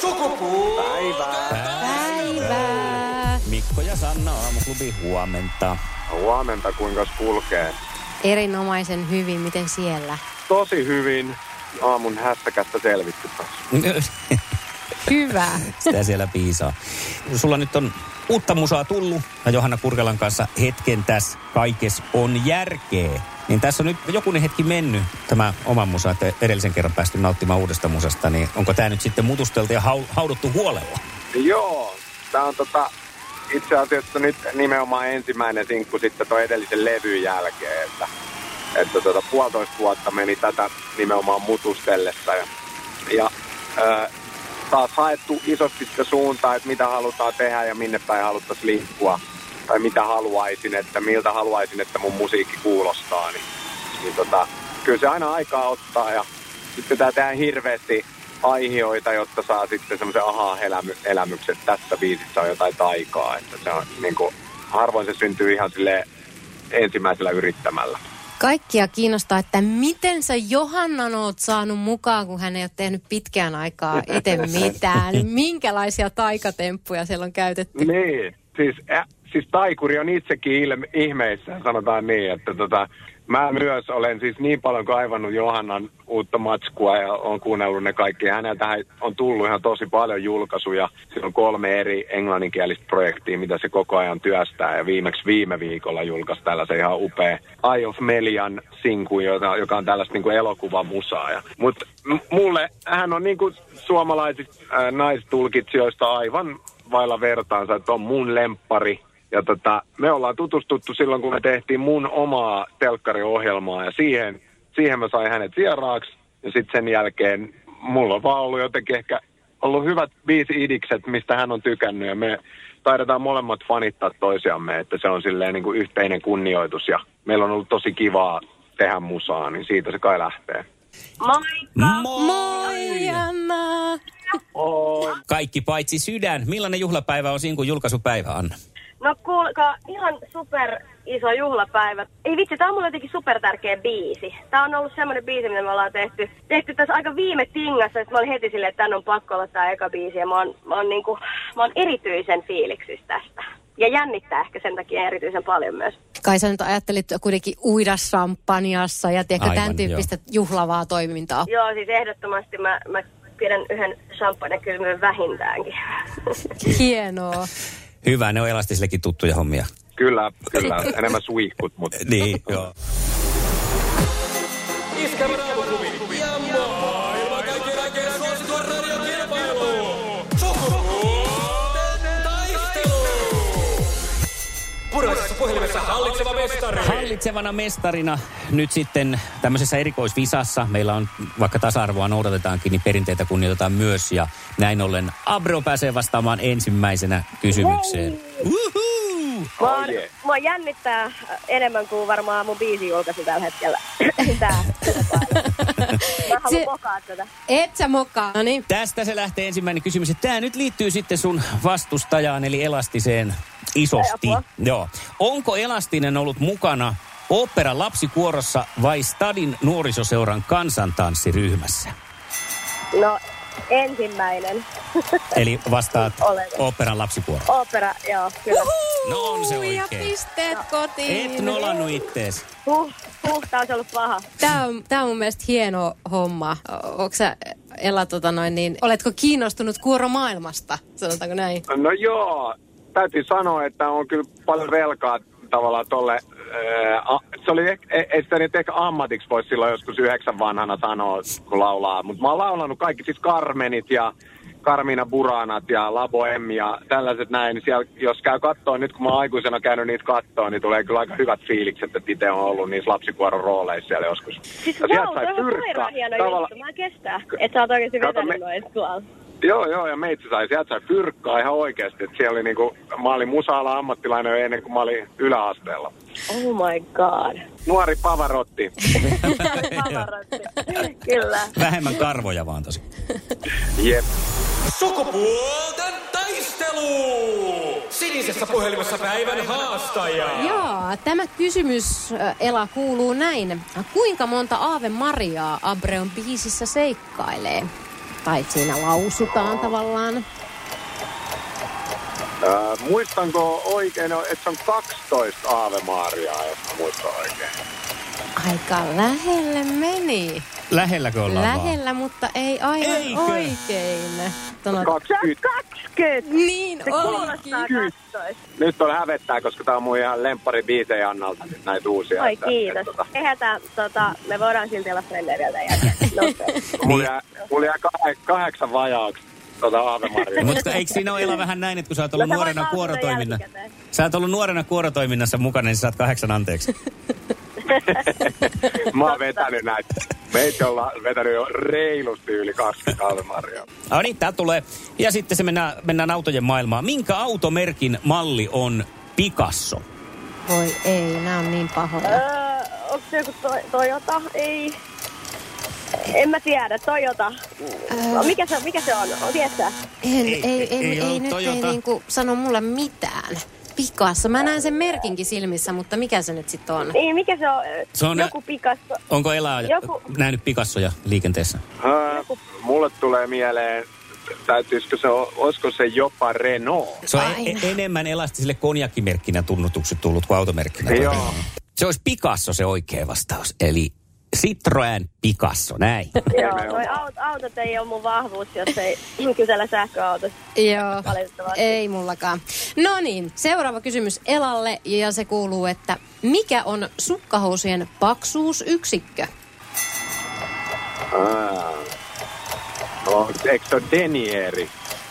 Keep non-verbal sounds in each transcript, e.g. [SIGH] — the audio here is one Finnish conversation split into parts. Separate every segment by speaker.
Speaker 1: sukupuolta.
Speaker 2: Päivää.
Speaker 3: Mikko ja Sanna aamuklubi huomenta. [LAUGHS]
Speaker 4: Huomenta, kuinka kulkee.
Speaker 2: Erinomaisen hyvin, miten siellä?
Speaker 4: Tosi hyvin aamun hässäkästä selvitty tässä.
Speaker 2: Hyvä.
Speaker 3: Sitä siellä piisaa. Sulla nyt on uutta musaa tullut ja Johanna Kurkelan kanssa hetken tässä kaikes on järkeä. Niin tässä on nyt jokunen hetki mennyt tämä oma musa, että edellisen kerran päästy nauttimaan uudesta musasta, niin onko tämä nyt sitten mutusteltu ja hau- hauduttu huolella?
Speaker 4: Joo, tää on tota, itse asiassa nyt nimenomaan ensimmäinen sinkku sitten toi edellisen levyn jälkeen, että, että tota, puolitoista vuotta meni tätä nimenomaan mutustellessa ja, ja ö, taas haettu isosti sitä suuntaa, että mitä halutaan tehdä ja minne päin haluttaisiin liikkua tai mitä haluaisin, että miltä haluaisin, että mun musiikki kuulostaa, niin, niin tota, kyllä se aina aikaa ottaa ja sitten pitää tehdä hirveästi aihioita, jotta saa sitten semmoisen aha-elämyksen, että tässä biisissä on jotain taikaa, että se on niin kuin, harvoin se syntyy ihan sille ensimmäisellä yrittämällä.
Speaker 2: Kaikkia kiinnostaa, että miten sä Johannan oot saanut mukaan, kun hän ei ole tehnyt pitkään aikaa itse
Speaker 3: [LAUGHS]
Speaker 2: mitään. Minkälaisia taikatemppuja siellä on käytetty?
Speaker 4: Niin, siis, äh, siis taikuri on itsekin ilme, ihmeissään, sanotaan niin, että tota, mä myös olen siis niin paljon kaivannut Johannan uutta matskua ja on kuunnellut ne kaikki. Häneltä on tullut ihan tosi paljon julkaisuja. Sillä on kolme eri englanninkielistä projektia, mitä se koko ajan työstää. Ja viimeksi viime viikolla julkaisi tällaisen ihan upea Eye of Melian sinku, joka, joka on tällaista niin kuin elokuvamusaa. Ja, mutta m- mulle hän on niin kuin suomalaisista äh, naistulkitsijoista aivan vailla vertaansa, että on mun lemppari. Ja tota, me ollaan tutustuttu silloin, kun me tehtiin mun omaa telkkariohjelmaa ja siihen, siihen mä sain hänet vieraaksi. Ja sitten sen jälkeen mulla on vaan ollut jotenkin ehkä ollut hyvät viisi idikset, mistä hän on tykännyt ja me taidetaan molemmat fanittaa toisiamme, että se on silleen niin kuin yhteinen kunnioitus ja meillä on ollut tosi kivaa tehdä musaa, niin siitä se kai lähtee.
Speaker 5: Moikka!
Speaker 2: Moi Anna!
Speaker 3: Kaikki paitsi sydän. Millainen juhlapäivä on sinkun julkaisupäivä, Anna?
Speaker 5: No kuulkaa, ihan super iso juhlapäivä. Ei vitsi, tää on mulle jotenkin super tärkeä biisi. Tää on ollut semmonen biisi, mitä me ollaan tehty. Tehty tässä aika viime tingassa, että mä olin heti silleen, että tän on pakko olla tää eka biisi. Ja mä oon, mä oon, niinku, mä oon erityisen fiiliksissä tästä. Ja jännittää ehkä sen takia erityisen paljon myös.
Speaker 2: Kai sä nyt ajattelit kuitenkin uida sampanjassa ja tiedätkö,
Speaker 3: Aivan,
Speaker 2: tämän tyyppistä joo. juhlavaa toimintaa.
Speaker 5: Joo, siis ehdottomasti mä, mä pidän yhden champagne-kylmyn vähintäänkin. [LAUGHS]
Speaker 2: Hienoa.
Speaker 3: Hyvä, ne on elastisillekin tuttuja hommia.
Speaker 4: Kyllä, kyllä. Enemmän suihkut, mutta
Speaker 3: Niin, joo.
Speaker 1: Iskävä raamuklubi. Ja maailman kaikkien aikeen suosituen radiokilpailu. Sukupuolten taistelu. Puraisessa puhelimessa hallitseva mestari.
Speaker 3: Hallitsevana mestarina nyt sitten tämmöisessä erikoisvisassa, meillä on, vaikka tasa-arvoa noudatetaankin, niin perinteitä kunnioitetaan myös. Ja näin ollen Abro pääsee vastaamaan ensimmäisenä kysymykseen. Uhu!
Speaker 5: Mua,
Speaker 4: Oh,
Speaker 5: on, mua jännittää äh, enemmän kuin varmaan mun biisi julkaisu tällä hetkellä. [LAUGHS] Tää. Mä haluan
Speaker 2: Se-
Speaker 5: mokaa tätä.
Speaker 2: Et sä mokaa. No niin.
Speaker 3: Tästä se lähtee ensimmäinen kysymys. Tämä nyt liittyy sitten sun vastustajaan, eli Elastiseen isosti.
Speaker 5: Ei apua.
Speaker 3: Joo. Onko Elastinen ollut mukana opera lapsikuorossa vai Stadin nuorisoseuran kansantanssiryhmässä?
Speaker 5: No, ensimmäinen. [LAUGHS]
Speaker 3: Eli vastaat
Speaker 5: Olen.
Speaker 3: operan lapsikuoro.
Speaker 5: Opera, joo, kyllä.
Speaker 3: No on se
Speaker 2: Uhu, Ja
Speaker 3: oikein.
Speaker 2: pisteet kotiin.
Speaker 3: Et nolannut ittees.
Speaker 5: Huh, huh, tää olisi ollut paha.
Speaker 2: Tämä on, tää on mun mielestä hieno homma. Onko sä, Ella, tota noin, niin, oletko kiinnostunut kuoromaailmasta, sanotaanko näin?
Speaker 5: Niin.
Speaker 4: No joo, täytyy sanoa, että on kyllä paljon velkaa tavallaan tolle. Ää, a- se oli ehkä, e, ei- ei sitä nyt ehkä ammatiksi voi silloin joskus yhdeksän vanhana sanoa, kun laulaa. Mutta mä oon laulanut kaikki siis Carmenit ja Carmina Buranat ja Labo M ja tällaiset näin. Niin Siellä, jos käy kattoon, nyt kun mä oon aikuisena käynyt niitä kattoon, niin tulee kyllä aika hyvät fiilikset, että itse on ollut niissä lapsikuoron rooleissa siellä joskus.
Speaker 5: Siis
Speaker 4: Ja sieltä
Speaker 5: wow,
Speaker 4: sai
Speaker 5: toi on
Speaker 4: pyrkkaa.
Speaker 5: sairaan hieno
Speaker 4: Tavalla-
Speaker 5: juttu. Mä en kestää, että sä oot oikeesti
Speaker 4: Kato,
Speaker 5: vetänyt
Speaker 4: me-
Speaker 5: noin tuolla.
Speaker 4: Joo, joo, ja meitsi sai, sieltä sai pyrkkaa ihan oikeasti. Et siellä oli niinku, mä olin musaala ammattilainen jo ennen kuin mä olin yläasteella.
Speaker 5: Oh my god.
Speaker 4: Nuori Pavarotti.
Speaker 5: Pavarotti. kyllä.
Speaker 3: Vähemmän karvoja vaan tosi.
Speaker 4: Jep.
Speaker 1: Sukupuolten taistelu. Sinisessä puhelimessa päivän haastaja.
Speaker 2: Joo, tämä kysymys, äh, Ela, kuuluu näin. Kuinka monta Aave Mariaa Abreon biisissä seikkailee? tai siinä lausutaan tavallaan.
Speaker 4: Äh, muistanko oikein, no, että se on 12 Aave Maariaa, jos mä muistan oikein.
Speaker 2: Aika lähelle meni.
Speaker 3: Lähelläkö ollaan vaan?
Speaker 2: Lähellä, mutta ei aivan
Speaker 3: Eikö?
Speaker 2: oikein. Sanot,
Speaker 4: 20.
Speaker 5: 20!
Speaker 2: niin
Speaker 5: Se kuulostaa
Speaker 2: olikin.
Speaker 5: 12.
Speaker 4: Nyt on hävettää, koska tää on mun ihan lempparibiisejä Annalta nyt näitä uusia.
Speaker 5: Oi
Speaker 4: että-
Speaker 5: kiitos.
Speaker 4: että tota,
Speaker 5: Ei hätää, tota, me voidaan silti olla frendejä vielä tämän
Speaker 4: [LAUGHS]
Speaker 5: jälkeen. Nopeasti.
Speaker 3: Niin.
Speaker 4: Mulla jää, mulla jää kahe- kahdeksan vajaaksi tota Aave Maria.
Speaker 3: [LAUGHS] Mutta eikö siinä ole Ella vähän näin, että kun sä oot ollut
Speaker 5: No se voi
Speaker 3: nuorena
Speaker 5: lausua
Speaker 3: kuorotoiminna...
Speaker 5: jälkikäteen.
Speaker 3: Sä oot ollut nuorena kuorotoiminnassa mukana, niin sä saat kahdeksan anteeksi.
Speaker 4: Mä oon vetänyt näitä. Meitä ollaan vetänyt jo reilusti yli 20 Aave Maria.
Speaker 3: Ah niin, tää tulee. Ja sitten se mennään, mennään autojen maailmaan. Minkä automerkin malli on Picasso?
Speaker 2: Voi ei, nämä on niin pahoja.
Speaker 5: Öö, onko se joku to- Toyota? Ei. En mä tiedä, Toyota.
Speaker 2: Öö.
Speaker 5: Mikä se, mikä se on? O, Tiedätkö? sä?
Speaker 2: En,
Speaker 3: Ei,
Speaker 2: ei, ei,
Speaker 3: ei
Speaker 2: ei, ei,
Speaker 3: ollut
Speaker 2: nyt ei
Speaker 3: Toyota.
Speaker 2: niinku sano mulle mitään. Pikassa. Mä näen sen merkinkin silmissä, mutta mikä se nyt sitten on?
Speaker 5: Niin, mikä se on?
Speaker 3: Se on-
Speaker 5: joku Picasso.
Speaker 3: Onko Ela
Speaker 5: Joku-
Speaker 3: nähnyt Picassoja liikenteessä?
Speaker 4: Ää, mulle tulee mieleen, täytyisikö se, o- olisiko se jopa Renault?
Speaker 3: Se on
Speaker 2: Aina.
Speaker 3: e- enemmän elastisille konjakkimerkkinä tunnutukset tullut kuin automerkkinä.
Speaker 4: Joo.
Speaker 3: Se olisi Picasso se oikea vastaus. Eli Citroen Picasso, näin.
Speaker 5: Joo,
Speaker 4: Ilmeisesti.
Speaker 5: noi aut- autot ei ole mun vahvuus, jos ei [CLEARS THROAT] kysellä sähköautosta.
Speaker 2: Joo,
Speaker 5: Valitettavasti.
Speaker 2: ei mullakaan. No niin, seuraava kysymys Elalle ja se kuuluu, että mikä on sukkahousujen paksuusyksikkö?
Speaker 4: Ää. No, eikö se ole Denieri?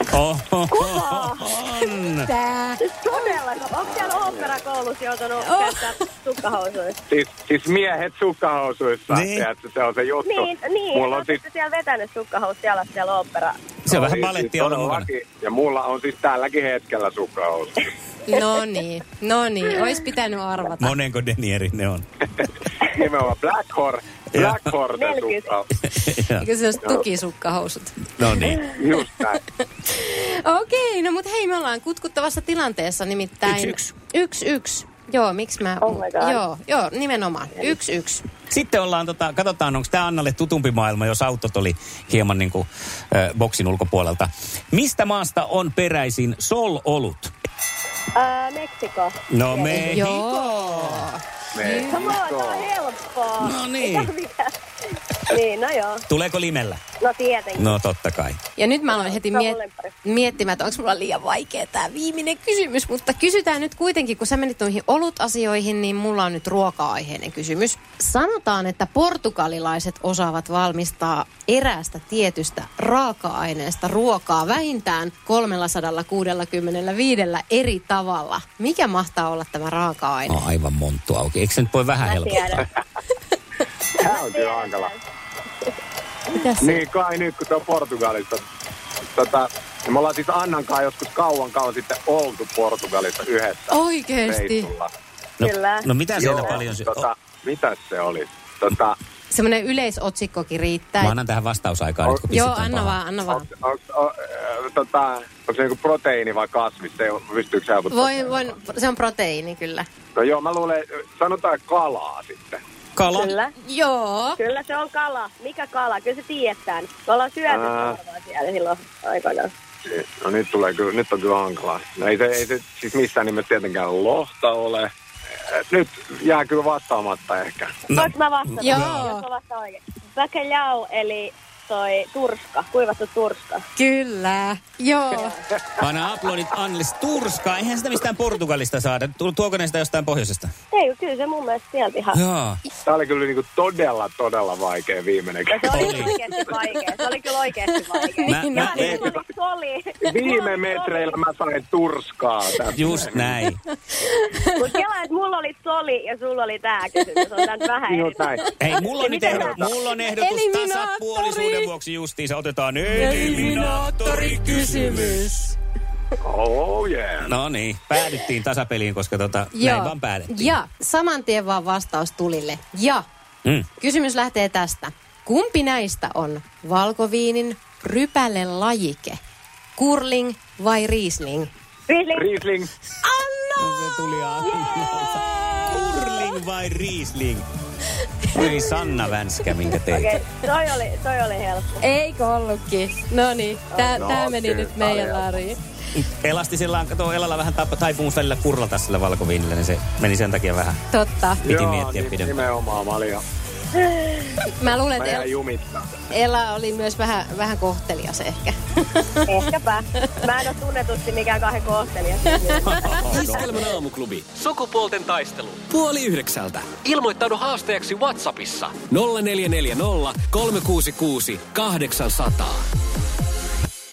Speaker 3: [LAUGHS] Oho,
Speaker 5: Kuva!
Speaker 3: on.
Speaker 2: Tää.
Speaker 5: Siis todella, onko siellä oopperakoulussa joutunut
Speaker 2: Oh.
Speaker 5: käyttää
Speaker 3: [LAUGHS]
Speaker 5: sukkahousuja?
Speaker 4: Siis, siis miehet sukkahousuissa,
Speaker 3: Niin.
Speaker 4: niin. että se on se juttu.
Speaker 5: Niin, niin.
Speaker 4: Mulla on
Speaker 5: Oletteko
Speaker 4: siis,
Speaker 5: te siellä vetänyt sukkahousut jalassa siellä ooppera?
Speaker 3: Se on
Speaker 4: oli
Speaker 3: vähän
Speaker 4: siis
Speaker 3: balettia olla mukana.
Speaker 4: todellakin. Ja mulla on siis tälläkin hetkellä
Speaker 5: [LAUGHS]
Speaker 4: sukkahousut.
Speaker 2: No niin, no niin, ois pitänyt arvata.
Speaker 3: Monenko denieri ne [LAUGHS] on?
Speaker 4: Nimenomaan Black Horse. Black Horse
Speaker 5: Melkein.
Speaker 4: sukkahousut.
Speaker 3: Joo.
Speaker 2: Eikö se olisi tukisukkahousut?
Speaker 3: no niin.
Speaker 4: Just näin.
Speaker 2: Okei, no mut hei, me ollaan kutkuttavassa tilanteessa nimittäin.
Speaker 3: Yksi,
Speaker 2: Yksi, yksi. Joo, miksi mä...
Speaker 5: Oh my God.
Speaker 2: Joo, joo, nimenomaan. Yksi, yksi.
Speaker 3: Sitten ollaan, tota, katsotaan, onko tämä Annalle tutumpi maailma, jos autot oli hieman niin kuin, äh, boksin ulkopuolelta. Mistä maasta on peräisin sol-olut?
Speaker 5: Ää, Meksiko.
Speaker 3: No me...
Speaker 2: Joo.
Speaker 5: Come on, tää on helppoa.
Speaker 3: No niin.
Speaker 5: Mikä? niin, no joo.
Speaker 3: Tuleeko limellä?
Speaker 5: No tietenkin.
Speaker 3: No totta kai.
Speaker 2: Ja nyt mä aloin heti
Speaker 5: Tämä on
Speaker 2: miet-
Speaker 5: lempäri.
Speaker 2: miettimään, että onko mulla liian vaikea tämä viimeinen kysymys. Mutta kysytään nyt kuitenkin, kun sä menit noihin olutasioihin, niin mulla on nyt ruoka-aiheinen kysymys. Sanotaan, että portugalilaiset osaavat valmistaa eräästä tietystä raaka-aineesta ruokaa vähintään 365 eri tavalla. Mikä mahtaa olla tämä raaka-aine?
Speaker 3: No aivan monttu auki. Eikö se nyt voi vähän
Speaker 5: Mä
Speaker 3: helpottaa?
Speaker 5: tiedän.
Speaker 4: Tää on [LAUGHS] kyllä hankala.
Speaker 3: No.
Speaker 2: Mitäs?
Speaker 4: Niin kai nyt, kun se on Portugalista. Tota, me ollaan siis Annan kanssa joskus kauan kauan sitten oltu Portugalissa yhdessä.
Speaker 2: Oikeesti.
Speaker 4: reissulla.
Speaker 3: No,
Speaker 5: Kyllä.
Speaker 3: no mitä siellä
Speaker 4: Joo,
Speaker 3: paljon... Sy-
Speaker 4: tota, mitäs se oli? Tota,
Speaker 2: Semmoinen yleisotsikkokin riittää.
Speaker 3: Mä annan tähän vastausaikaa nyt, kun
Speaker 2: Joo,
Speaker 3: pistetään
Speaker 2: anna
Speaker 3: pahaa.
Speaker 2: vaan, anna vaan.
Speaker 4: onks, onks, o, ö, tota, onko se niinku proteiini vai kasvi? Se, ei- pystyykö se helpottaa?
Speaker 2: Voin, voin, se on proteiini kyllä.
Speaker 4: No joo, mä luulen, sanotaan kalaa sitten.
Speaker 3: Kala.
Speaker 5: Kyllä.
Speaker 2: Joo.
Speaker 5: Kyllä se on kala. Mikä kala? Kyllä se tiedetään. Me ollaan syöty
Speaker 4: Ää.
Speaker 5: kalaa siellä silloin aikoinaan.
Speaker 4: No nyt tulee kyllä, nyt on kyllä hankalaa. No ei se, ei se siis missään nimessä tietenkään lohta ole. Nyt jää kyllä vastaamatta ehkä.
Speaker 3: No.
Speaker 5: No. Voinko mä vastata?
Speaker 2: Joo.
Speaker 5: Jos mä vastaan oikein. Bacalhau, eli toi turska, kuivattu turska.
Speaker 2: Kyllä, joo.
Speaker 3: Anna aplodit Annlis Turskaa. Eihän sitä mistään Portugalista saada. Tu- Tuoko ne sitä jostain pohjoisesta?
Speaker 5: Ei, kyllä se mun mielestä sieltä ihan...
Speaker 3: Joo.
Speaker 4: Tämä oli kyllä niinku todella, todella vaikea viimeinen.
Speaker 5: Ja se oli
Speaker 3: Oli.
Speaker 5: oikeesti vaikea. Se oli kyllä
Speaker 3: [LAUGHS]
Speaker 5: oikeesti vaikea.
Speaker 3: Mä- mä-
Speaker 5: Mä,
Speaker 3: ei-
Speaker 5: oli.
Speaker 4: Viime metreillä mä sain turskaa. tästä.
Speaker 3: Just näin.
Speaker 5: Mutta kela, että mulla oli soli ja sulla oli tää kysymys. On tän vähän eri.
Speaker 4: Just näin.
Speaker 3: Hei, mulla on, nyt
Speaker 5: Miten
Speaker 3: ehdo, mulla on ehdotus
Speaker 2: Eliminaattori.
Speaker 3: tasapuolisuuden vuoksi justiinsa. Otetaan eliminaattorikysymys.
Speaker 4: Oh yeah.
Speaker 3: No niin, päädyttiin tasapeliin, koska tota, näin
Speaker 2: Joo.
Speaker 3: vaan päädyttiin.
Speaker 2: Ja saman tien vaan vastaus tulille. Ja
Speaker 3: Mm.
Speaker 2: kysymys lähtee tästä. Kumpi näistä on valkoviinin rypäle lajike? Kurling vai riisling?
Speaker 5: Riesling.
Speaker 4: Riesling.
Speaker 3: No se [LAUGHS] tuli Annalta. Kurling vai Riesling? Oi Sanna Vänskä, minkä teit.
Speaker 5: Okei, toi, oli, toi oli helppo.
Speaker 2: Eikö ollutkin? No niin, tää,
Speaker 4: No,
Speaker 2: tää meni
Speaker 4: kyllä,
Speaker 2: nyt meidän
Speaker 4: paljon.
Speaker 2: laariin.
Speaker 3: Elastisella on, kato, Elalla vähän tap- taipumus välillä kurlata sillä valkoviinillä, niin se meni sen takia vähän.
Speaker 2: Totta.
Speaker 3: Piti miettiä
Speaker 4: niin-
Speaker 3: pidempään.
Speaker 4: Nimenomaan paljon.
Speaker 2: Mä luulen,
Speaker 4: Mä
Speaker 2: että
Speaker 4: jäin
Speaker 2: El-
Speaker 4: jumittaa.
Speaker 2: Ella oli myös vähän, vähän kohtelias ehkä.
Speaker 5: Ehkäpä. Mä en ole tunnetusti mikään kahden koostelija.
Speaker 1: Iskelmän aamuklubi. Sukupuolten taistelu. Puoli yhdeksältä. Ilmoittaudu haasteeksi Whatsappissa. 0440 366 800.